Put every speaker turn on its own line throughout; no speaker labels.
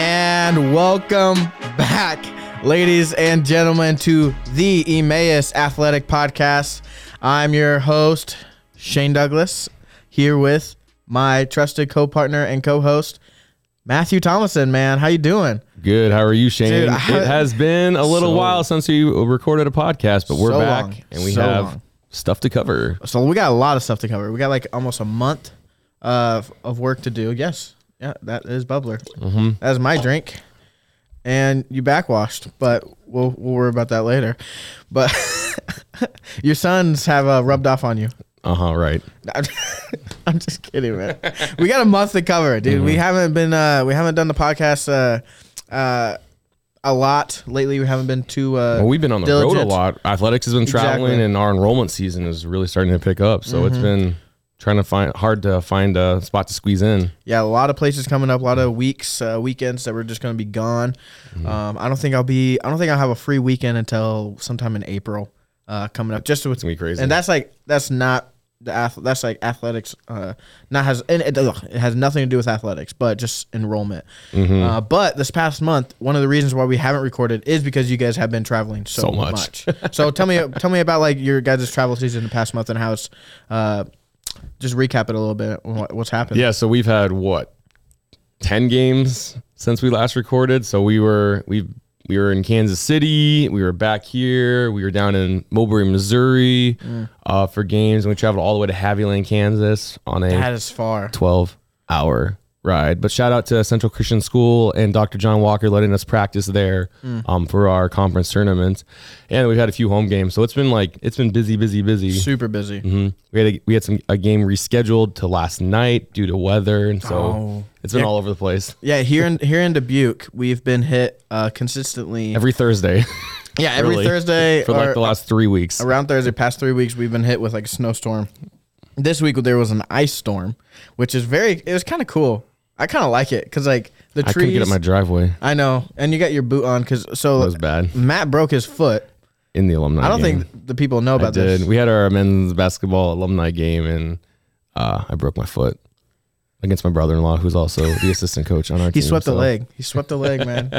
And welcome back, ladies and gentlemen, to the Emmaus Athletic Podcast. I'm your host, Shane Douglas, here with my trusted co-partner and co-host, Matthew Thomason, man. How you doing?
Good. How are you, Shane?
Dude, I-
it has been a little
So-
while since we recorded a podcast, but we're
So
back
long.
and we
So
have
long.
stuff to cover.
So we got a lot of stuff to cover. We got like almost a month of of work to do. Yes. Yeah, that is bubbler. Mm-hmm. That is my drink. And you backwashed, but we'll we'll worry about that later. But your sons have uh, rubbed off on you.
Uh huh. Right.
I'm, I'm just kidding, man. We got a month to cover, dude. We haven't been uh we haven't done the podcast uh uh a lot lately. We haven't been too uh
Well, we've been on the road a
diligent.
lot. Athletics has been traveling,
Exactly. Mm-hmm.
and our enrollment season is really starting to pick up. So it's been trying to find hard to find a spot to squeeze in.
yeah, a lot of places coming up, a lot of weeks, uh, weekends that we're just going to be gone.
Mm-hmm.
Um, I don't think I'll be. I don't think I'll have a free weekend until sometime in April uh, coming up. Just with
It's gonna be crazy.
and that's like that's not the ath- that's like athletics. Uh, not has and it, ugh, it has nothing to do with athletics, but just enrollment.
Mm-hmm.
Uh, but this past month, one of the reasons why we haven't recorded is because you guys have been traveling so,
So
much.
much.
so tell me, tell me about like your guys' travel season the past month and how it's. Uh, just recap it a little bit. what- What's happened?
Yeah, so we've had what ten games since we last recorded. So we were we we were in Kansas City, we were back here, we were down in Mulberry, Missouri, uh, for games, and we traveled all the way to Haviland, Kansas, on a
That is far.
twelve hour ride. But shout out to Central Christian School and Dr. John Walker letting us practice there um, for our conference tournament, and we've had a few home games. So it's been like it's been busy, busy, busy.
Super busy.
Mhm. We had a, we had some a game rescheduled to last night due to weather, and so
Oh.
it's been all over the place.
Yeah, here in here in Dubuque, we've been hit uh, consistently.
Every Thursday,
yeah, every
really,
Thursday
for like
or
the last three weeks.
around Thursday, past three weeks, we've been hit with like a snowstorm. This week there was an ice storm, which is very. It was kind of cool. I kind of like it because like the
I couldn't
trees.
get up my driveway.
I know, and you got your boot on because so
That was bad
Matt broke his foot.
in the alumni.
I don't think the people know
I
about
did.
this.
We had our men's basketball alumni game, and uh, I broke my foot against my brother-in-law, who's also the assistant coach on our
He
team.
swept the
so-
leg. He swept the leg, man.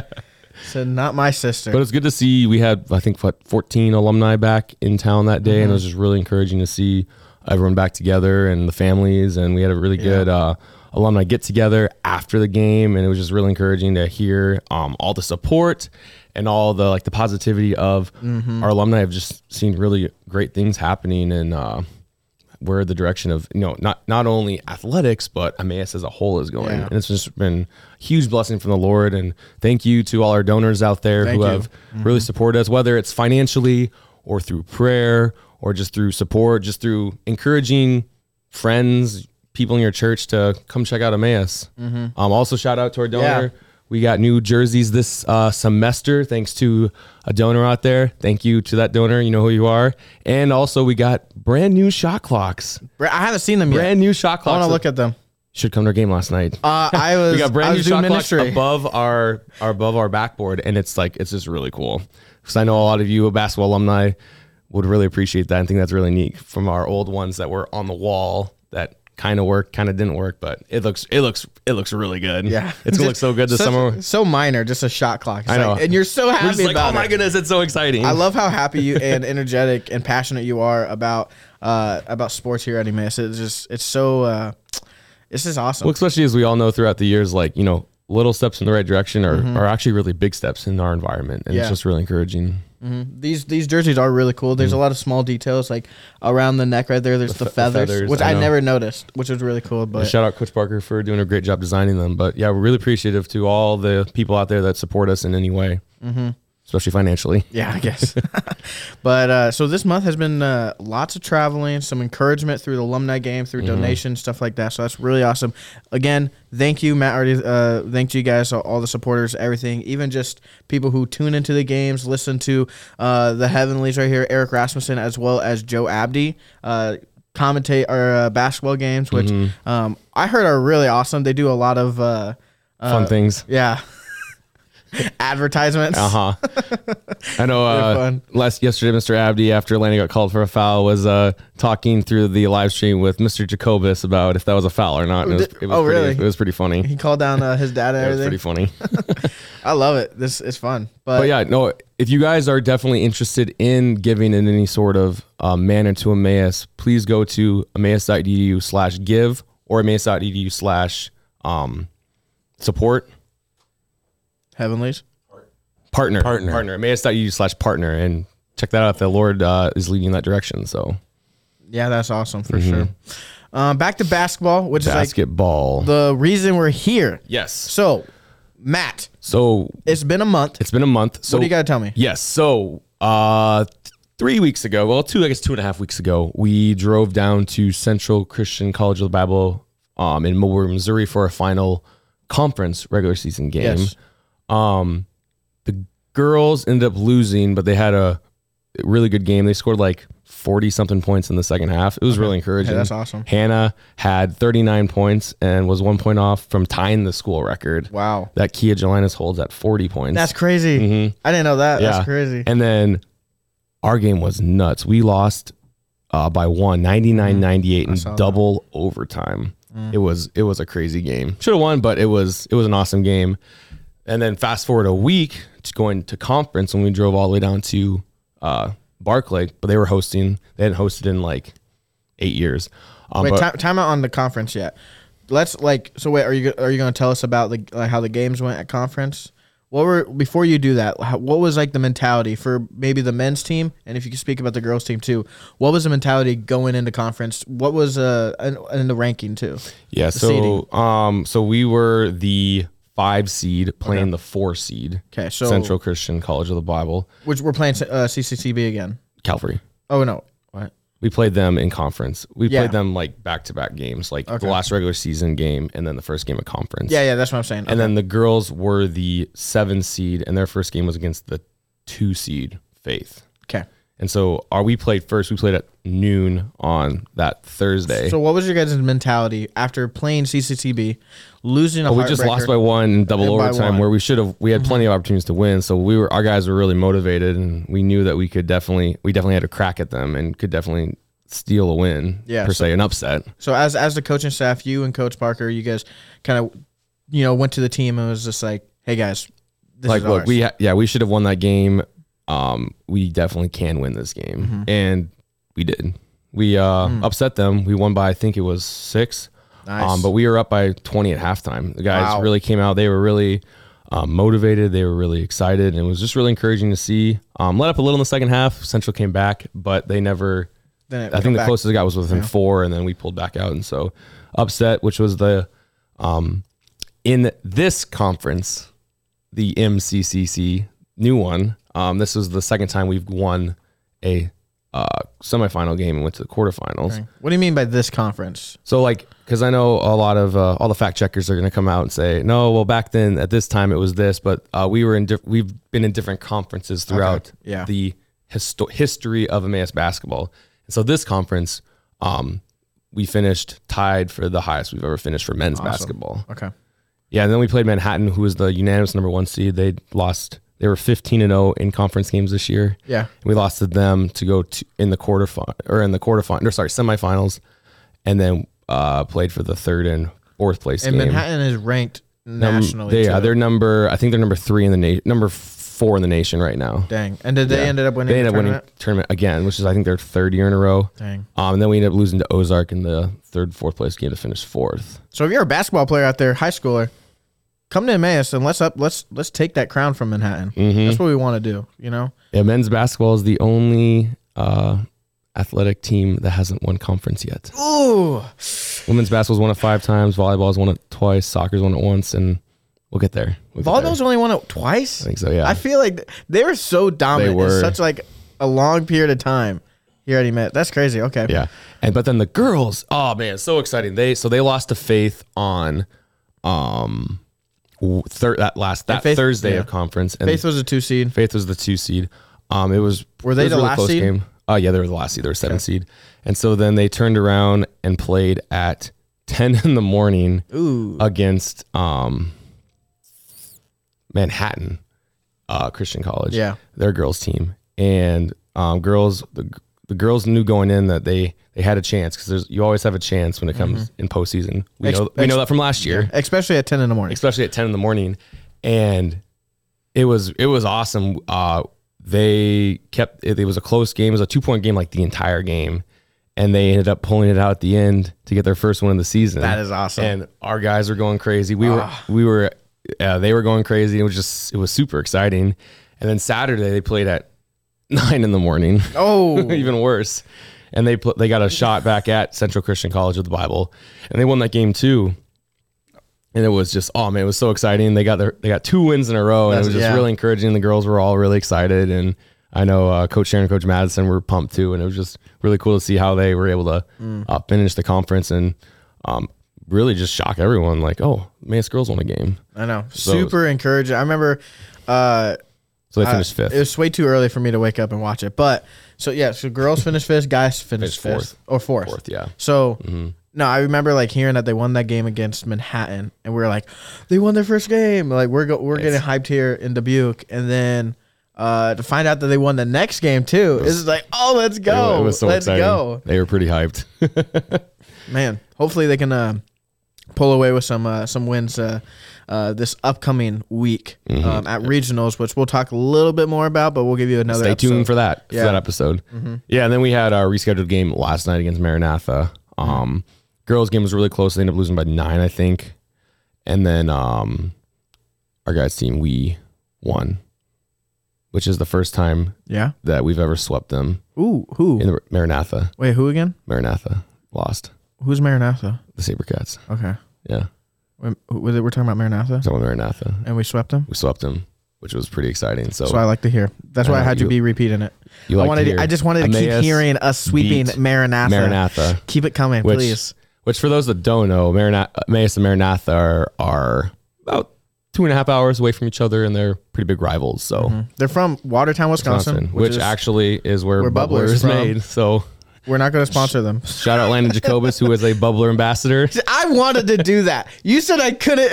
Said not my sister.
But it's good to see we had I think what 14 alumni back in town that day,
Mm-hmm.
and it was just really encouraging to see everyone back together and the families, and we had a really good uh, alumni get together after the game, and it was just really encouraging to hear um, all the support and all the like the positivity of
Mm-hmm.
our alumni. have just seen really great things happening, and uh, where the direction of you know not not only athletics but Emmaus as a whole is going,
Yeah.
and it's just been a huge blessing from the Lord. And thank you to all our donors out there
Thank
who
you.
have really supported us, whether it's financially or through prayer or just through support, just through encouraging friends, people in your church to come check out Emmaus. Um, also, shout out to our donor. We got new jerseys this uh, semester thanks to a donor out there. Thank you to that donor. You know who you are. And also, we got brand new shot clocks.
Bra- I haven't seen them yet.
Brand new shot
I
clocks.
want to look at them.
Should come to our game last night.
Uh, I was.
We got
I
brand new
was doing
shot clocks
ministry.
above our, our above our backboard, and it's like it's just really cool. Because I know a lot of you basketball alumni would really appreciate that. I think that's really neat from our old ones that were on the wall that kind of worked, kind of didn't work, but it looks it looks it looks really good.
Yeah,
it's gonna look so good this
Such-
summer.
So minor, just a shot clock. It's
I know.
like- and you're so
We're
happy
just like,
about
oh my
it.
goodness, it's so exciting.
I love how happy you and energetic and passionate you are about uh, about sports here at Emmaus. It's just it's so uh, it's just awesome.
Well, especially as we all know throughout the years, like you know, little steps in the right direction are are actually really big steps in our environment, and
Mm-hmm. Yeah.
it's just really encouraging.
these these jerseys are really cool. There's a lot of small details like around the neck right there. There's the,
Hmm. fe-
feathers,
feathers,
which
I
I,
know.
never noticed, which was really cool. But
Shout out Coach Parker for doing a great job designing them. But yeah, we're really appreciative to all the people out there that support us in any way,
Mm-hmm.
especially financially.
Yeah, I guess. but uh, so this month has been uh, lots of traveling, some encouragement through the alumni game, through donations, stuff like that. So that's really awesome. Again, thank you, Matt. Already, uh, thank you guys, all- all the supporters, everything, even just people who tune into the games, listen to uh, the Heavenlies right here, Eric Rasmussen, as well as Joe Abdi. Uh, commentate our uh, basketball games which um, i heard are really awesome they do a lot of uh,
Fun things.
yeah. Advertisements.
Uh huh. I know. Uh,
fun.
last yesterday, Mr. Abdi, after Atlanta got called for a foul, was uh, talking through the live stream with Mr. Jacobus about if that was a foul or not. And it was,
did-
it was
oh,
pretty,
really?
It was pretty funny.
He called down uh, his dad and
It was
everything.
pretty funny.
I love it. This is fun. But,
but yeah, no. If you guys are definitely interested in giving in any sort of um, manner to Emmaus, please go to emmaus.edu slash give or emmaus.edu slash um, support.
Heavenlies.
partner
Partner.
partner emmaus.edu slash partner and check that out if the lord uh, is leading in that direction so
Yeah, that's awesome for
Mm-hmm.
sure. Um, back to basketball, which is like
basketball
the reason we're here.
yes
So, Matt,
so
it's been a month.
it's been a month so
what do you got to tell me?
yes so uh th- three weeks ago well two i guess two and a half weeks ago we drove down to central christian college of the bible um in mobile missouri for a final conference regular season game
Yes.
Um, girls ended up losing, but they had a really good game. They scored like 40 something points in the second half. It was really encouraging.
Hey, that's awesome.
Hannah had 39 points and was one point off from tying the school record
Wow.
that Kia Gelinas holds at 40 points. Mm-hmm.
That's crazy. I didn't know that. That's crazy.
And then our game was nuts. We lost uh, by one,
Mm-hmm.
99 98 in double overtime.
Mm.
It was it was a crazy game. Should have won, but it was it was an awesome game. And then fast forward a week to going to conference when we drove all the way down to uh, Barclay, but they were hosting. They hadn't hosted in like eight years. Um,
Wait,
but-
time, time out on the conference yet. Let's like so. Wait, are you are you going to tell us about the like how the games went at conference? What were before you do that? How, what was like the mentality for maybe the men's team, and if you could speak about the girls team too? What was the mentality going into conference? What was uh in, in the ranking too?
yeah,
seeding.
so um, so we were the five seed playing the four seed.
Okay, so-
Central Christian College of the Bible.
Which we're playing uh, CCCB again.
Calvary.
Oh no, what?
We played them in conference. We
Yeah.
played them like back to back games, like the last regular season game and then the first game of conference.
Yeah, yeah, that's what I'm saying.
And then the girls were the seven seed, and their first game was against the two seed Faith.
okay.
And so, are we played first? We played at noon on that Thursday.
So what was your guys' mentality after playing CCCB, losing a
Oh, we just lost by one in double
And by
overtime,
one.
where we should have. We had plenty of opportunities to win, so we were. Our guys were really motivated, and we knew that we could definitely. We definitely had a crack at them, and could definitely steal a win.
Yeah,
per
so-
se, an upset.
So as as the coaching staff, you and Coach Parker, you guys kind of, you know, went to the team and was just like, "Hey guys, this
like
is
look,
ours."
we ha- yeah, we should have won that game. Um, we definitely can win this game,
Mm-hmm.
and we did. We uh, upset them. We won by I think it was six.
Hmm. Nice.
Um, but we were up by twenty at halftime. The guys
Wow.
really came out. They were really um, motivated. They were really excited, and it was just really encouraging to see. Um, let up a little in the second half. Central came back, but they never.
Then it
I
come
think the
back.
closest I got was within four, and then we pulled back out, and so upset, which was the um, in this conference, the MCCC new one. Um, this was the second time we've won a uh, semifinal game and went to the quarterfinals.
What do you mean by this conference?
So like, because I know a lot of uh, all the fact checkers are going to come out and say, no, well back then at this time it was this, but uh, we were in diff- we've been in different conferences throughout
Yeah.
the histo- history of Emmaus basketball. And so this conference, um, we finished tied for the highest we've ever finished for men's basketball.
Okay.
Yeah, and then we played Manhattan, who was the unanimous number one seed. They lost. They were fifteen and zero in conference games this year.
Yeah.
we lost to them to go to in the quarter or in the quarterfinal or sorry semifinals, and then uh, played for the third and fourth place
And
game. Um,
Manhattan is ranked nationally.
they, yeah,
too.
they're number. I think they're number three in the nation, number four in the nation right now.
dang. And did they ended up winning?
They ended
the
up winning
tournament?
tournament again, which is I think their third year in a row.
Dang.
Um, and then we ended up losing to Ozark in the third, fourth place game to finish fourth.
So if you're a basketball player out there, high schooler, come to Emmaus and let's up let's let's take that crown from Manhattan.
Mm-hmm.
That's what we want to do. You know.
Yeah, men's basketball is the only uh, athletic team that hasn't won conference yet.
Ooh.
Women's basketball's won it five times, volleyball's won it twice, soccer's won it once, and we'll get there. We'll get there.
Volleyball's only won it twice.
I think so, yeah.
I feel like th- they were so dominant
They
in
were.
such like a long period of time. He already met. That's crazy. Okay.
yeah. And but then the girls, oh man, so exciting. They so they lost to Faith on um thir- that last that
Faith-
Thursday
yeah.
of conference. And
Faith was a two seed.
Faith was the two seed. Um, it was
Were they
it was a
the last seed?
Game. Uh, yeah, they were the last seed. They were seven seed, and so then they turned around and played at ten in the morning
Ooh.
against um, Manhattan. uh, Christian College.
Yeah.
their girls team and um, girls the, the girls knew going in that they they had a chance because there's you always have a chance when it comes in postseason.
Mm-hmm.
We
Ex-
know we
ex-
know that from last year
especially at ten in the morning.
especially at 10 in the morning and it was it was awesome uh they kept it, it was a close game it was a two point game like the entire game and they ended up pulling it out at the end to get their first win of the season
That is awesome. Ah.
and our guys were going crazy we were we were uh, they were going crazy it was just it was super exciting and then saturday they played at nine in the morning
oh,
even worse. And they pl- they got a shot back at Central Christian College of the Bible, and they won that game too. And it was just oh man, it was so exciting. They got their they got two wins in a row, and
That's-
it was just
yeah.
really encouraging. The girls were all really excited, and I know uh, Coach Sharon, and Coach Madison were pumped too, and it was just really cool to see how they were able to
Mm.
uh, finish the conference and um, really just shock everyone. Like oh, Mace girls won a game,
I know. Super encouraging. I remember. Uh,
so they finished fifth.
It was way too early for me to wake up and watch it. But so yeah, so girls finished fifth, guys finished
Finished
fifth or fourth.
Fourth, yeah.
So
Mm-hmm.
no, I remember like hearing that they won that game against Manhattan, and we were like, they won their first game. Like we're go- we're getting hyped here in Dubuque, and then. Uh, to find out that they won the next game too is like, oh, let's go,
it was so
let's
exciting.
go,
They were pretty hyped.
man. Hopefully they can uh, pull away with some uh, some wins uh, uh, this upcoming week
Mm-hmm.
um, at regionals, which we'll talk a little bit more about, but we'll give you another.
Stay
episode.
tuned for that
Yeah. Mm-hmm.
for that episode. Yeah, and then we had our rescheduled game last night against Maranatha. Um, Girls game was really close. They ended up losing by nine, I think. And then um, our guys team we won, which is the first time
Yeah.
that we've ever swept them
Ooh, who?
in the Maranatha.
Wait, who again?
Maranatha lost
Who's Maranatha?
the Sabercats.
Okay.
Yeah,
Wait, who- was it- We're talking about Maranatha,
so Maranatha,
and we swept them.
we swept them, which was pretty exciting. So,
So I like to hear. That's
I
why I
know
had you,
Uh, you-
be repeating it.
you
I
like
wanted.
to hear
I just wanted to
Emmaus
keep hearing us sweeping
beat
Maranatha.
Maranatha.
Keep it coming,
Which-
please.
Which, for those that don't know, Maranatha, Emmaus and Maranatha are, are about two and a half hours away from each other, and they're pretty big rivals. So,
They're from Watertown, Mm-hmm. Wisconsin,
Oh. Wisconsin, which,
is-
actually is where,
where Bubbler
Bubbler
is
is
from.
made. So,
we're not going to sponsor them.
shout out Landon Jacobus, who is a Bubbler ambassador.
I wanted to do that. You said I couldn't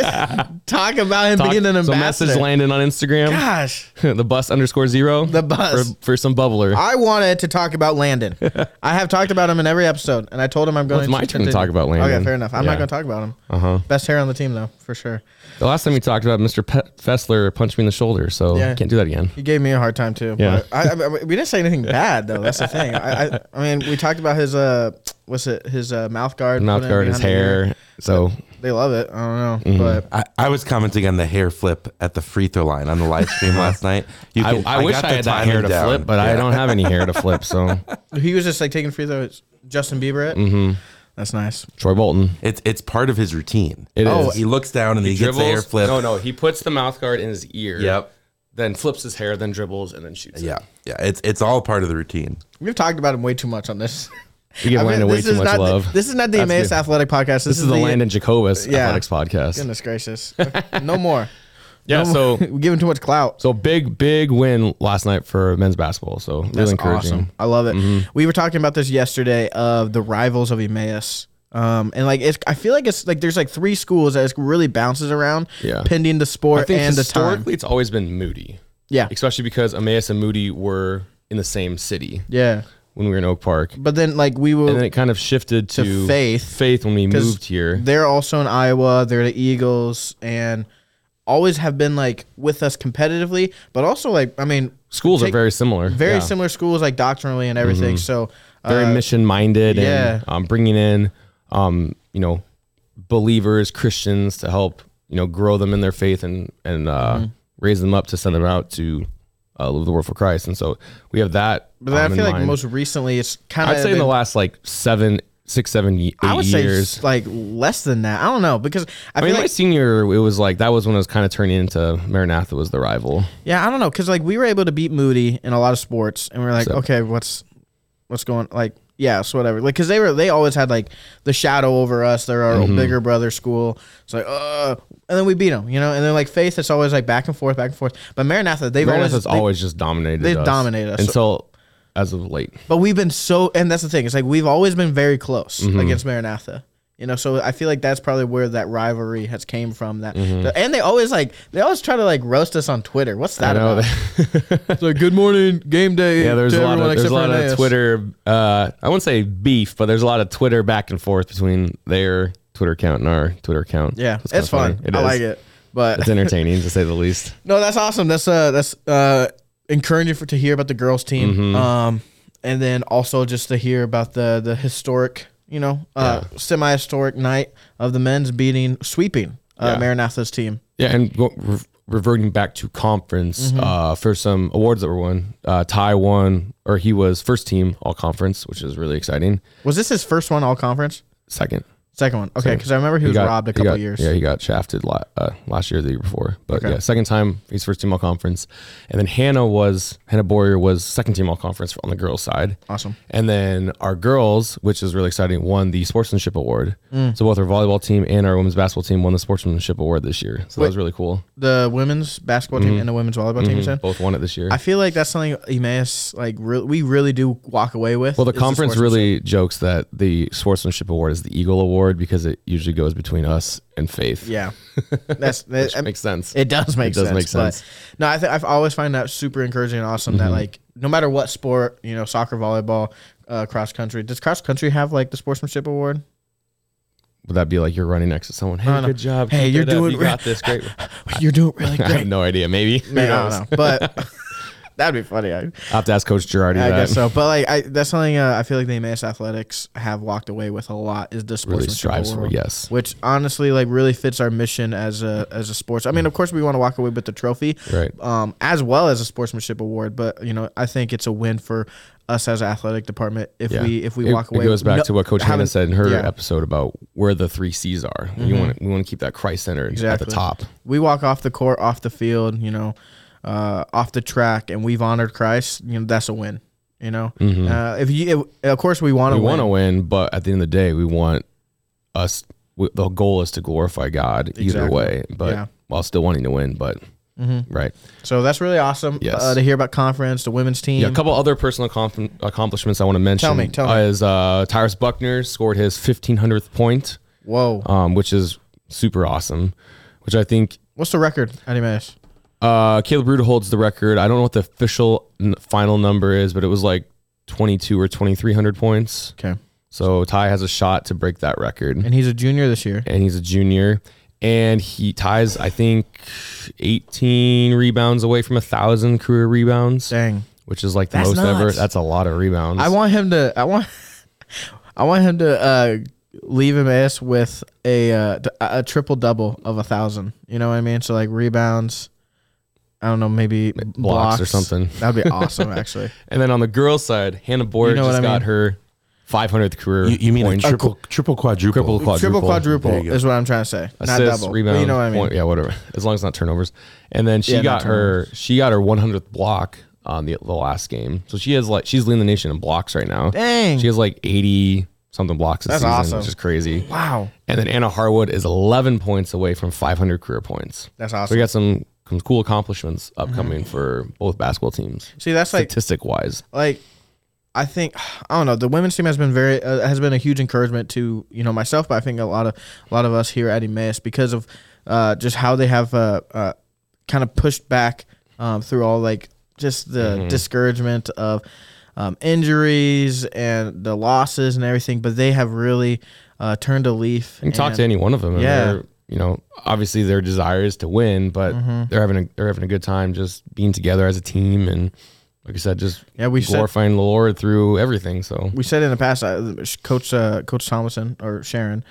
talk about him
Talk-
being an
so
ambassador.
message Landon on Instagram,
Gosh,
the bus underscore zero.
The bus.
for, for some Bubbler.
I wanted to talk about Landon. I have talked about him in every episode, and I told him I'm going.
it's my turn to
continue.
talk about Landon.
Okay, fair enough. I'm not
Yeah. Uh-huh.
going to talk about him. Uh huh. Best hair on the team, though, for sure.
the last time we talked about Mr. Pe- Fessler punched me in the shoulder, so
Yeah.
can't do that again.
He gave me a hard time too.
Yeah.
But I, I, I- we didn't say anything bad though. That's the thing. I, I, I mean, we talked about his uh, what's it? His uh, mouth guard.
Mouth
putting it
guard, his
behind the ear.
hair. Mm-hmm. So,
They love it. I don't know, but
I, I was commenting on the hair flip at the free throw line on the live stream last night. You
I, I, wish
got
I
the
had that
timing
hair to
down.
flip, but I don't have any hair to flip. So,
he was just like taking free throws. Justin Bieber. It. Mm-hmm. That's nice.
Troy Bolton.
It's it's part of his routine.
It
Oh,
is.
He looks down and he, gets the hair
dribbles.
flip.
No, no, he puts the mouth guard in his ear.
Yep.
Then flips his hair, then dribbles, and then shoots.
Yeah. Yeah. It's it's all part of the routine.
We've talked about him way too much on this.
You give
I mean,
Landon way
this
too
is
much
not the-
love.
this is not the
That's
Emmaus
good.
Athletic Podcast. This,
This is the Landon Jacobus
Yeah.
Athletics Podcast.
Goodness gracious. No more.
yeah.
No
So,
more. we give him too much clout.
so big, big win last night for men's basketball. So really
That's
encouraging. Mm-hmm.
awesome. I love it. We were talking about this yesterday of the rivals of Emmaus. Um, and like it's, I feel like it's like there's like three schools that it really bounces around,
Yeah.
pending the
I
sport
think
and the time.
historically it's always been Moody,
Yeah,
especially because Emmaus and Moody were in the same city
yeah.
when we were in Oak Park,
But then like we
and then
will,
it kind of shifted to,
Faith.
Faith when we
'Cause
moved here.
they're also in Iowa. They're the Eagles, and always have been like with us competitively, but also like I mean,
Schools are
take-
very similar.
very
Yeah. Mm-hmm.
similar schools like doctrinally and everything. So uh,
very mission minded
yeah.
and um, bringing in um, you know believers christians to help you know grow them in their faith and and uh,
Mm-hmm.
raise them up to send them out to uh, live the world for christ and so we have that
but then
um,
I
in
feel like
mind.
most recently it's kind of
i'd say in the last like seven six seven ye- eight
I would
years
say like less than that. I don't know because I,
I
feel
mean,
like
my senior, it was like that was when it was kind of turning into Maranatha was the rival.
yeah, I don't know because like we were able to beat Moody in a lot of sports, and we are like, okay, what's what's going like yeah, so whatever. Like because they were they always had like the shadow over us. They're our
Mm-hmm.
bigger brother school. It's like uh, and then we beat them, you know. And then like Faith, it's always like back and forth, back and forth. But Maranatha, they've always,
Maranatha's
they-
always just dominated.
they
us
dominate us.
until as of late. Mm-hmm.
But we've been so, and that's the thing. It's like we've always been very close against Maranatha. You know, so I feel like that's probably where that rivalry has came from. That,
Mm-hmm.
and they always like they always try to like roast us on Twitter. What's that
I know.
about? it's like good morning, game day.
Yeah, there's
to
a lot
everyone
of there's
except
a lot
for
of
Ineos."
Twitter. Uh, I wouldn't say beef, but there's a lot of Twitter back and forth between their Twitter account and our Twitter account.
Yeah,
kinda
it's fun.
funny.
I
is.
like it.
It's
But
entertaining to say the least.
no, that's awesome. That's uh that's uh encouraging for, to hear about the girls team.
Mm-hmm.
Um and then also just to hear about the the historic, you know, uh semi-historic night of the men's beating sweeping uh,
Yeah.
Maranatha's team.
Yeah, and go, re- reverting back to conference uh, for some awards that were won. Uh, Ty won, or he was first team all conference, which is really exciting.
Was this his first one all conference?
Second,
Second one. Okay, cuz I remember he was robbed a
he
couple
got-
years.
Yeah, he got shafted la- uh, last year, or the year before. But yeah, second time he's first team all conference, and then Hannah was Hannah Boyer was second team all conference on the girls side.
Awesome.
And then our girls, which is really exciting, won the sportsmanship award.
Mm.
So both our volleyball team and our women's basketball team won the sportsmanship award this year. So that was really cool.
The women's basketball
Mm-hmm.
team and the women's volleyball team you said?
Both won it this year.
I feel like that's something Emmaus like re- we really do walk away with.
Well, the
is
conference
sportsmanship.
really jokes that the sportsmanship award is the Eagle Award because it usually goes between us and faith.
Yeah. That's that, um,
Which makes sense.
It does make
does
sense.
make sense. Mm-hmm.
But, no, I think I've always find that super encouraging and awesome that like no matter what sport, you know, soccer, volleyball, uh, cross country. Does cross country have like the sportsmanship award?
Would that be like you're running next to someone? Hey,
don't know.
good job.
Hey,
keep
you're
it up,
doing
You
re-
got this. Great.
You're doing really
I have
great.
no idea. Maybe. Who
Man, I
knows?
don't know, but that'd be funny. I,
I have to ask Coach Girardi.
I
that.
guess so. But like, I, that's something uh, I feel like the Emmaus Athletics have walked away with a lot is the
Really
sportsmanship
strives for.
award.
Yes.
Which honestly, like, really fits our mission as a as a sports. I mean, of course, we want to walk away with the trophy,
Right.
um, as well as a sportsmanship award. But you know, I think it's a win for us as an athletic department if
Yeah.
we if we
it,
walk away.
It goes back
no-
to what Coach
having-
Hannah said in her
yeah. Mm-hmm.
episode about where the three C's are. You want we want to keep that Christ centered at
Exactly.
the top.
We walk off the court, off the field, you know, uh, off the track, and we've honored Christ. You know, that's a win. You know, uh, if you, it, of course, we want
Mm-hmm. We
to win.
want to win, but at the end of the day, we want us. w- The goal is to glorify God either
Exactly.
way, but
Yeah. Mm-hmm.
while still wanting to win. But right,
So that's really awesome
Yes.
uh, to hear about conference, the women's team.
yeah. A couple other personal accom- accomplishments I want to mention.
me, Mm-hmm. tell me.
uh, Is uh, Tyrus Buckner scored his 1500th point,
Whoa,
um, which is super awesome. Which I think
what's the record at Emmaus?
uh, Caleb Ruta holds the record. I don't know what the official n- final number is, but it was like 22 or 2300 points.
Okay,
So Ty has a shot to break that record.
and he's a junior this year.
and he's a junior. And he ties, I think, 18 rebounds away from a thousand career rebounds,
Dang,
which is like the
That's
most ever.
nuts.
That's a lot of rebounds.
I want him to. I want. I want him to uh, leave Emmaus with a uh, d- a triple double of a thousand. You know what I mean? So like rebounds. I don't know, maybe blocks,
blocks or something.
That'd be awesome, actually.
and then on the girls' side, Hannah Boyer
You know what
just
I
got
mean?
her 500th career.
You, you mean a
point.
triple, triple quadruple?
Triple,
Triple quadruple
There you go.
is what I'm trying to say, not
assists,
double.
rebound,
Rebound, you know what I mean?
point, yeah, whatever. As long as it's not turnovers. And then she
Yeah, not
got her she got her 100th block on the, the last game. So she has like she's leading the nation in blocks right now.
Dang.
She has like 80 something blocks
That's
this season,
awesome.
which is crazy.
Wow,
And then Anna Harwood is 11 points away from 500 career points.
that's Mm-hmm.
So
awesome.
we got some, some cool accomplishments upcoming for both basketball teams,
See, that's like
statistic wise.
like I think I don't know. The women's team has been very uh, has been a huge encouragement to you know myself, but I think a lot of a lot of us here at Emmaus because of uh, just how they have uh, uh, kind of pushed back um, through all like just the
Mm-hmm.
discouragement of um, injuries and the losses and everything. But they have really uh, turned a leaf.
You can talk to any one of them. and
Yeah.
they're, You know, obviously their desire is to win, but
Mm-hmm.
they're having a they're having a good time just being together as a team and like I said, just
Yeah, we said-
glorifying the Lord through everything. So
we said in the past, uh, Coach uh, Coach Thomason or Sharon,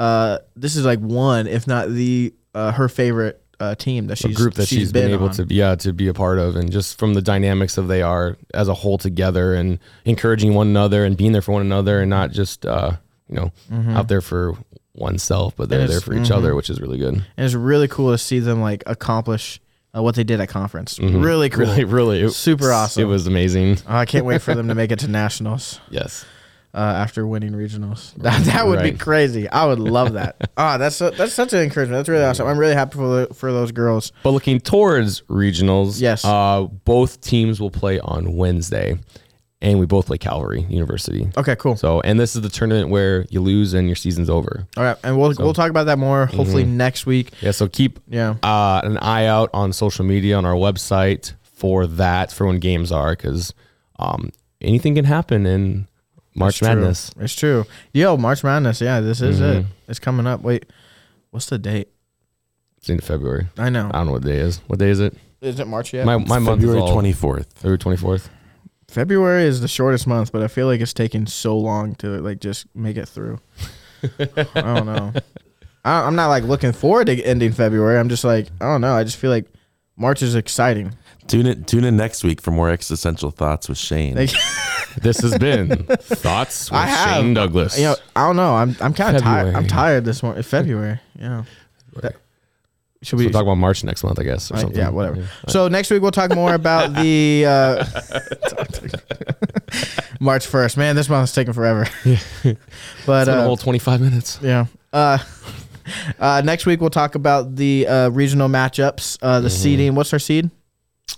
uh, this is like one, if not the uh, her favorite uh, team that she's
a group that she's been, able
on.
to yeah to be a part of and just from the dynamics of they are as a whole together and encouraging one another and being there for one another and not just uh you know
Mm-hmm.
out there for oneself but they're there for each other which is really good
and it's really cool to see them like accomplish uh, what they did at conference. Really cool.
Mm-hmm. really really it-
Super awesome.
it was amazing
Uh, I can't wait for them to make it to nationals
yes
uh, after winning regionals. That, that would be
Right.
crazy. I would love that. Ah, that's so that's such an encouragement. That's really awesome. I'm really happy for the, for those girls.
But looking towards regionals,
Yes.
uh, both teams will play on Wednesday. and we both play Calvary University.
Okay, cool.
So, and this is the tournament where you lose and your season's over.
All right, and we'll we'll talk about that more hopefully
Mm-hmm.
next week.
Yeah, so keep
Yeah.
uh, an eye out on social media on our website for that for when games are because um, anything can happen in March
It's true.
Madness. Mm-hmm.
It's true. Yo, March Madness. Yeah, this is it. It's coming up. Wait, what's the date?
It's in February.
I know.
I don't know what day it is. What day is it?
Is it March yet?
Uh, My my month
February
is all,
twenty fourth.
February twenty fourth.
February is the shortest month, but I feel like it's taking so long to like just make it through. I don't know. I, I'm not like looking forward to ending February. I'm just like I don't know. I just feel like March is exciting.
Tune in tune in next week for more existential thoughts with Shane.
Like,
This has been thoughts with
I have-
Shane Douglas.
you know, I don't know. I'm I'm kind of tired. I'm
February.
tired this morning. February. Yeah. That- should
so
we
we'll talk about March next month, I guess, or
Right?
something.
Yeah, whatever. So next week we'll talk more about the uh, March first. Man, this month's taking forever. but
It's been a
uh,
whole twenty five minutes.
yeah. Uh, uh, next week we'll talk about the uh, regional matchups, uh,
Mm-hmm.
the seeding. What's our seed?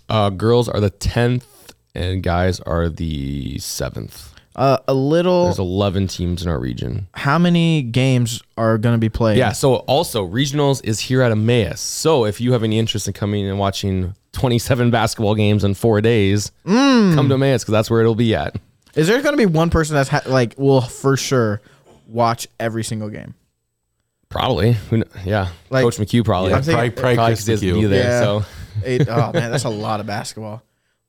Uh, girls are the tenth, and guys are the seventh.
Uh, a little.
There's eleven teams in our region.
how many games are going to be played?
Yeah. So also regionals is here at Emmaus. So if you have any interest in coming and watching 27 basketball games in four days,
Mm.
come to Emmaus because that's where it'll be at.
Is there going to be one person that's ha- like will for sure watch every single game?
Probably. Who kn- Yeah.
Like-
Coach McHugh probably.
Yeah, I'm thinking-
Probably- probably
Probably
Chris
'cause he doesn't
McHugh.
be there.
Yeah.
So
Eight, oh man, that's a lot of basketball.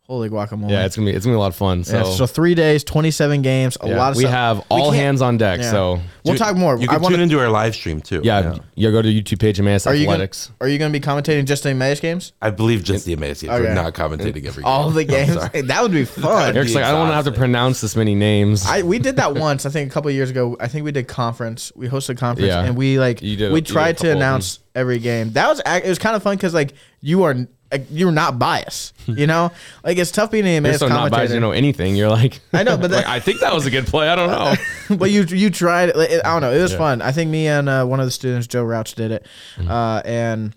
Holy guacamole!
yeah, it's gonna be it's gonna be a lot of fun. So,
Yeah, so, three days, twenty-seven games, a
yeah,
lot of
we
stuff.
have all
can't-
hands on deck.
yeah.
So
We'll talk more.
You
I
can
want
tune
to.
into our live stream too.
yeah, yeah. go to YouTube page Emmaus
Are you gonna,
Athletics.
are you going to be commentating just the Emmaus games?
I believe just the amazing.
Okay.
We're not commentating every
All
game.
the games?
sorry.
Hey, that would be fun.
Eric's like, I don't want to have to
exhausting.
pronounce this many names.
I we did that once. I think a couple of years ago. I think we did conference. We hosted a conference
Yeah.
and we like
You did a-
we
you did a
tried
couple
to
of them.
announce every game. That was ac- it was kind of fun because like you are like, you're not biased. You know, like it's tough being an
You're
Emmaus
so not biased,
commentator.
you know anything. You're like,
I know, but
like,
that-
I think that was a good play. I don't know.
but you you tried it. Like, it- I don't know. It was fun. I think me and uh, one of the students, Joe Rouch, did it,
Mm-hmm.
uh, and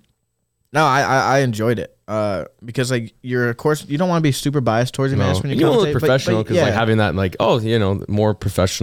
no, I, I I enjoyed it uh, because like you're of course you don't want to be super biased towards your
No.
management.
you want
commentate, but-
to look
but
professional because like
yeah.
having that like oh you know more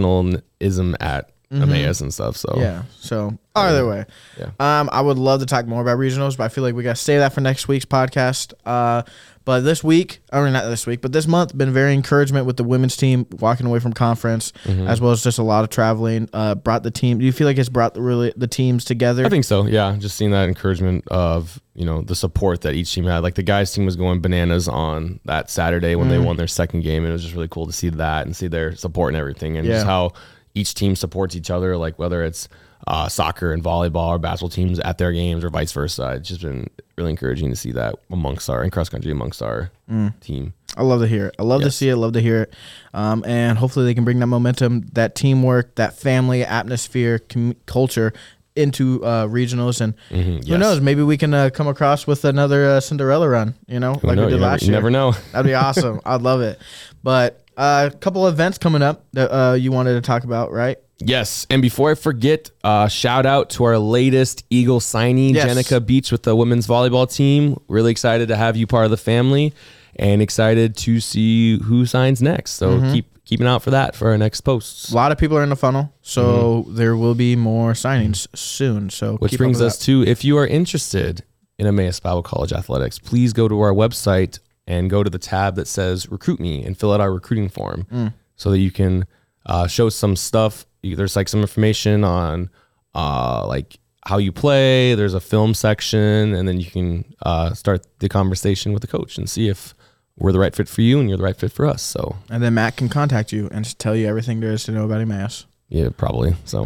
professionalism at Emmaus and stuff. So
Mm-hmm. Yeah. So either way,
Yeah.
um, I would love to talk more about regionals, but I feel like we got to save that for next week's podcast. Uh, but this week, I mean not this week, but this month, been very encouragement with the women's team walking away from conference,
Mm-hmm.
as well as just a lot of traveling. Uh, brought the team. Do you feel like it's brought the really the teams together?
I think so. Yeah, just seeing that encouragement of you know the support that each team had. Like the guys team was going bananas on that Saturday when
Mm.
they won their second game, and it was just really cool to see that and see their support and everything, and
Yeah.
just how each team supports each other. Like whether it's uh, soccer and volleyball or basketball teams at their games or vice versa. It's just been really encouraging to see that amongst our and cross country amongst our
Mm.
team.
I love to hear it. I love to see it. I love to hear it. Um, and hopefully they can bring that momentum, that teamwork, that family atmosphere, com- culture into uh, regionals. And who
Mm-hmm. yes.
knows? Maybe we can uh, come across with another uh, Cinderella run. You know, like
No,
we did
you never-
last
you
year.
never know.
That'd be awesome. I'd love it. But uh, a couple events coming up that uh, you wanted to talk about, right?
Yes, and before I forget, uh, shout out to our latest Eagle signee,
Yes.
Jenica Beach, with the women's volleyball team. Really excited to have you part of the family, and excited to see who signs next. So keep keep an eye out for that for our next posts.
A lot of people are in the funnel, so there will be more signings soon. So
Mm-hmm. Which
keep up
brings
with
us to if you are interested in Emmaus Bible College athletics, please go to our website and go to the tab that says recruit me and fill out our recruiting form
Mm.
so that you can uh, show some stuff. You- There's like some information on uh, like how you play, there's a film section, and then you can uh, start the conversation with the coach and see if we're the right fit for you and you're the right fit for us. So,
that. and then Matt can contact you and tell you everything there is to know about Emmaus.
yeah, probably. So,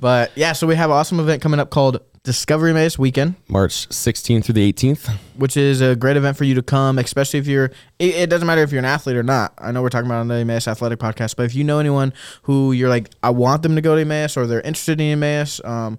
But yeah, so we have an awesome event coming up called Discovery Maze Weekend,
March 16th through the 18th.
which is a great event for you to come, especially if you're. It, it doesn't matter if you're an athlete or not. I know we're talking about on the Emmaus Athletic Podcast, but if you know anyone who you're like, I want them to go to Emmaus or they're interested in Emmaus, um,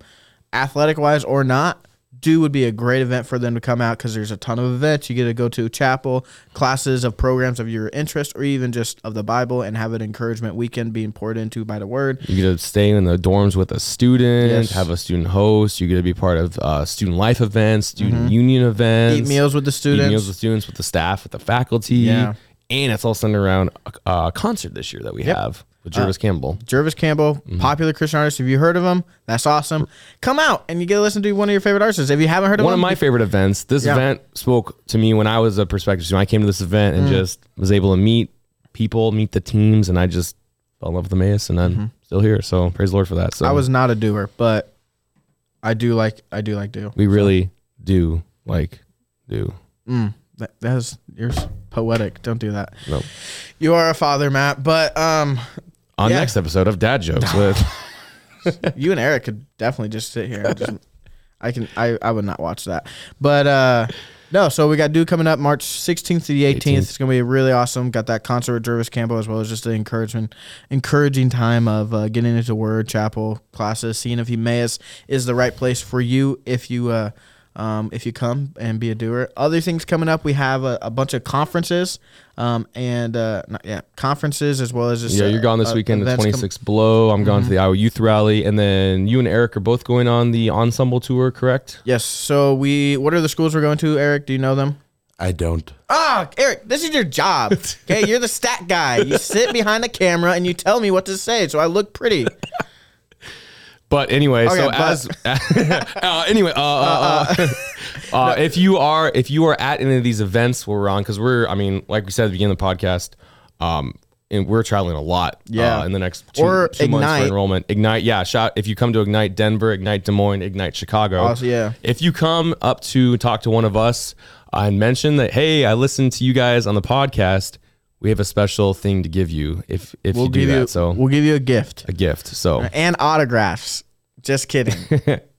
athletic wise or not, do would be a great event for them to come out because there's a ton of events. You get to go to chapel, classes of programs of your interest, or even just of the Bible, and have an encouragement weekend being poured into by the Word.
You get to stay in the dorms with a student,
Yes.
have a student host. You get to be part of uh, student life events, student union events,
Mm-hmm. Eat meals with the
eat
students.
meals with students, with the staff, with the faculty.
Yeah.
and it's all centered around a, a concert this year that we have with
Uh,
Jervis Campbell.
Jervis Campbell,
Mm-hmm.
popular Christian artist. Have you heard of him? That's awesome. Come out and you get to listen to one of your favorite artists. If you haven't heard of
One
him,
of my favorite events. This
Yeah.
event spoke to me when I was a prospective student. I came to this event
Mm.
and just was able to meet people, meet the teams, and I just fell in love with Emmaus, and I'm still here. So praise the Lord for that. So
Mm-hmm. I was not a doer, but I do like I do like do.
we really do like do.
That, that is you're s- poetic. Don't do that.
No.
You are a father, Matt. But um,
On
Yeah.
next episode of Dad Jokes with
you and Eric could definitely just sit here. And just, I can I I would not watch that. But uh, no. So we got do coming up March 16th to the 18th.
18th.
It's gonna be really awesome. Got that concert with Jervis Campbell as well as just the encouragement, encouraging time of uh, getting into Word Chapel classes, seeing if Emmaus is the right place for you if you. Uh, um, if you come and be a doer. Other things coming up, we have a, a bunch of conferences, um, and uh, not, yeah, conferences as well as just
Yeah,
uh,
you're gone this
uh,
weekend. The
events com- Mm-hmm.
26th Blow. I'm going to the Iowa Youth Rally, and then you and Eric are both going on the ensemble tour, correct?
Yes. So we. What are the schools we're going to, Eric? Do you know them?
I don't.
Ah, Eric, this is your job. Okay, you're the stat guy. You sit behind the camera and you tell me what to say, so I look pretty.
But anyway, so
but-
as uh, anyway, uh, uh, uh, uh, if you are if you are at any of these events where we're on, because we're I mean, like we said at the beginning of the podcast, um, and we're traveling a lot.
Yeah.
uh, in the next two,
Or
two months
Ignite.
for enrollment. Ignite, yeah. Shout if you come to Ignite Denver, Ignite Des Moines, Ignite Chicago.
Also, yeah.
If you come up to talk to one of us and mention that, hey, I listened to you guys on the podcast, we have a special thing to give you if if
We'll
you do
give
that.
you.
so
we'll give you a gift
a gift. So
and autographs. Just kidding.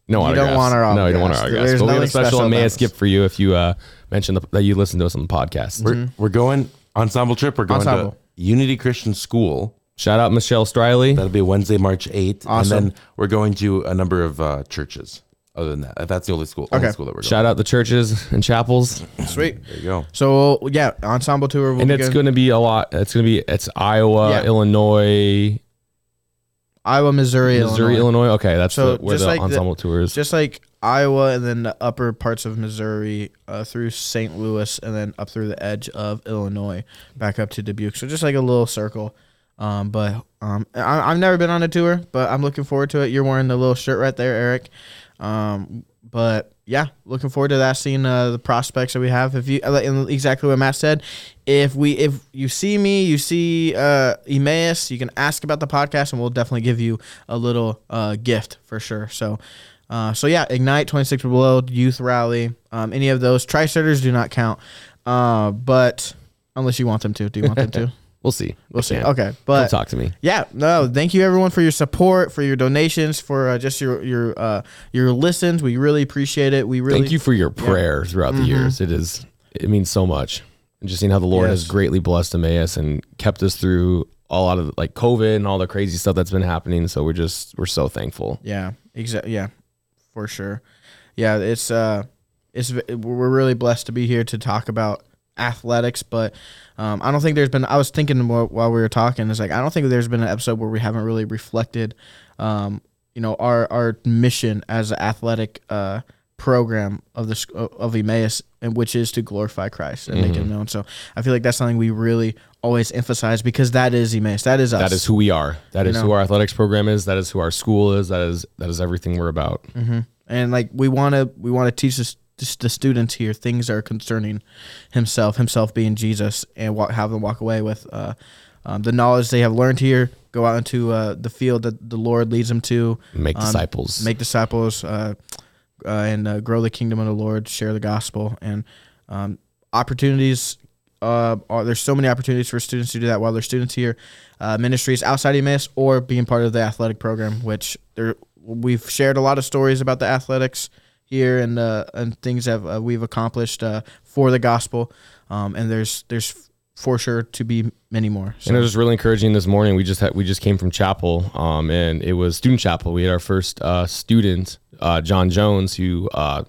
No
You
autographs.
don't want our
No, you don't want
autographs.
our autographs.
There's
but we have
nothing
a special,
special
special
about
Emmaus
us.
gift for you if you uh, mention the, that you listen to us on the podcast.
We're, we're going ensemble trip. We're going to
Ensemble.
Unity Christian School.
Shout out Michelle Striley.
That'll be Wednesday, March 8th.
Awesome.
And then we're going to a number of uh, churches. Other than that, that's the only school. Only
Okay.
school that we're going.
Shout out the churches and chapels.
Sweet.
there you go.
So yeah, ensemble tour. Will
And
be
it's
good.
going to be a lot. It's going to be it's Iowa,
Yeah.
Illinois,
Iowa, Missouri,
Missouri,
Illinois.
Illinois. Okay, that's
So
the, where
just
the
like the-
ensemble tour is.
Just like Iowa, and then the upper parts of Missouri uh, through St. Louis, and then up through the edge of Illinois, back up to Dubuque. So just like a little circle. Um, but um, I, I've never been on a tour, but I'm looking forward to it. You're wearing the little shirt right there, Eric. Um, but yeah, looking forward to that. Seeing uh, the prospects that we have. If you uh, and exactly what Matt said, if we if you see me, you see uh, Emmaus, you can ask about the podcast, and we'll definitely give you a little uh, gift for sure. So. Uh, so yeah, ignite twenty six below youth rally, um, any of those tri starters do not count, uh, but unless you want them to, do you want them to?
We'll see.
We'll see.
Yeah.
Okay,
Come
but
talk to me.
yeah, no, thank you everyone for your support, for your donations, for uh, just your your uh, your listens. We really appreciate it. We really Mm-hmm.
Thank you for your prayers throughout the years. It is it means so much. And just seeing how the Lord has
Yes.
greatly blessed Emmaus and kept us through a lot of like COVID and all the crazy stuff that's been happening. So we're just we're so thankful.
Yeah, exactly. Yeah, for sure. Yeah, it's uh, it's v- we're really blessed to be here to talk about athletics, but um, I don't think there's been. I was thinking wh- while we were talking, it's like I don't think there's been an episode where we haven't really reflected, um, you know, our our mission as an athletic uh program of the sc- of Emmaus, and which is to glorify Christ and make Him known. So I feel like that's something we really always emphasize because that is Emmaus, that is us.
That is who we are. That is
know.
who our athletics program is. That is who our school is. That is that is everything we're about.
Mm-hmm. and like we want to we want to teach this, this the students here things that are concerning himself himself being jesus and walk, have them walk away with uh, um, the knowledge they have learned here go out into uh, the field that the lord leads them to
Make
um,
disciples.
make disciples uh, uh, and uh, grow the kingdom of the lord share the gospel and um, opportunities uh, are, there's so many opportunities for students to do that while they're students here uh, ministries outside EMS or being part of the athletic program which there we've shared a lot of stories about the athletics here and uh, and things that uh, we've accomplished uh, for the gospel um, and there's there's for sure to be many more so,
And it was really encouraging this morning. We just had we just came from chapel, um, and it was student chapel. We had our first uh, student, uh, John Jones, who uh,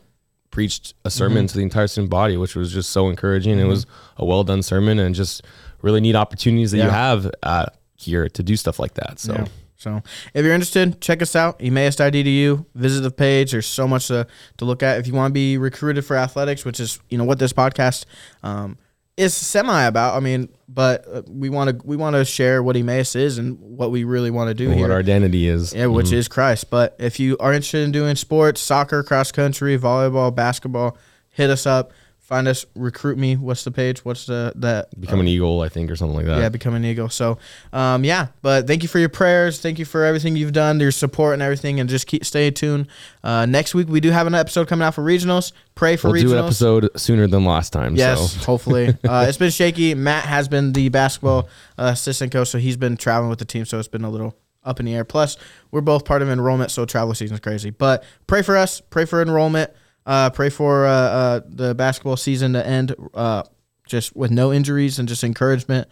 preached a
Mm-hmm.
sermon to the entire student body, which was just so encouraging. It was a well done sermon, and just really neat opportunities that you
Yeah.
have uh, here to do stuff like that. So.
Yeah. So if you're interested, check us out, emmaus.edu. Visit the page. There's so much to, to look at. If you want to be recruited for athletics, which is, you know, what this podcast um, is semi about. I mean, but uh, we want to we want to share what Emmaus is and what we really want to do
what
here.
our Mm-hmm. identity is.
yeah, which is Christ. But if you are interested in doing sports, soccer, cross country, volleyball, basketball, hit us up. Find us, recruit me. What's the page? What's the that?
Become an eagle, I think, or something like that.
yeah, become an eagle. So, um, yeah. But thank you for your prayers. Thank you for everything you've done, your support and everything. And just keep stay tuned. Uh, next week we do have an episode coming out for regionals. Pray for
we'll
regionals.
do an episode sooner than last time.
Yes,
So.
hopefully. Uh, it's been shaky. Matt has been the basketball uh, assistant coach, so he's been traveling with the team, so it's been a little up in the air. Plus, we're both part of enrollment, so travel season's crazy. But pray for us. Pray for enrollment. Uh, pray for uh, uh, the basketball season to end uh, just with no injuries and just encouragement.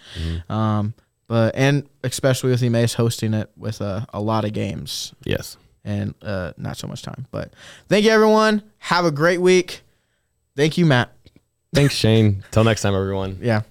Um, but and especially with Emmaus hosting it with uh, a lot of games
Yes.
and uh, not so much time. But thank you, everyone. Have a great week. Thank you, Matt.
Thanks, Shane. Till next time, everyone.
Yeah.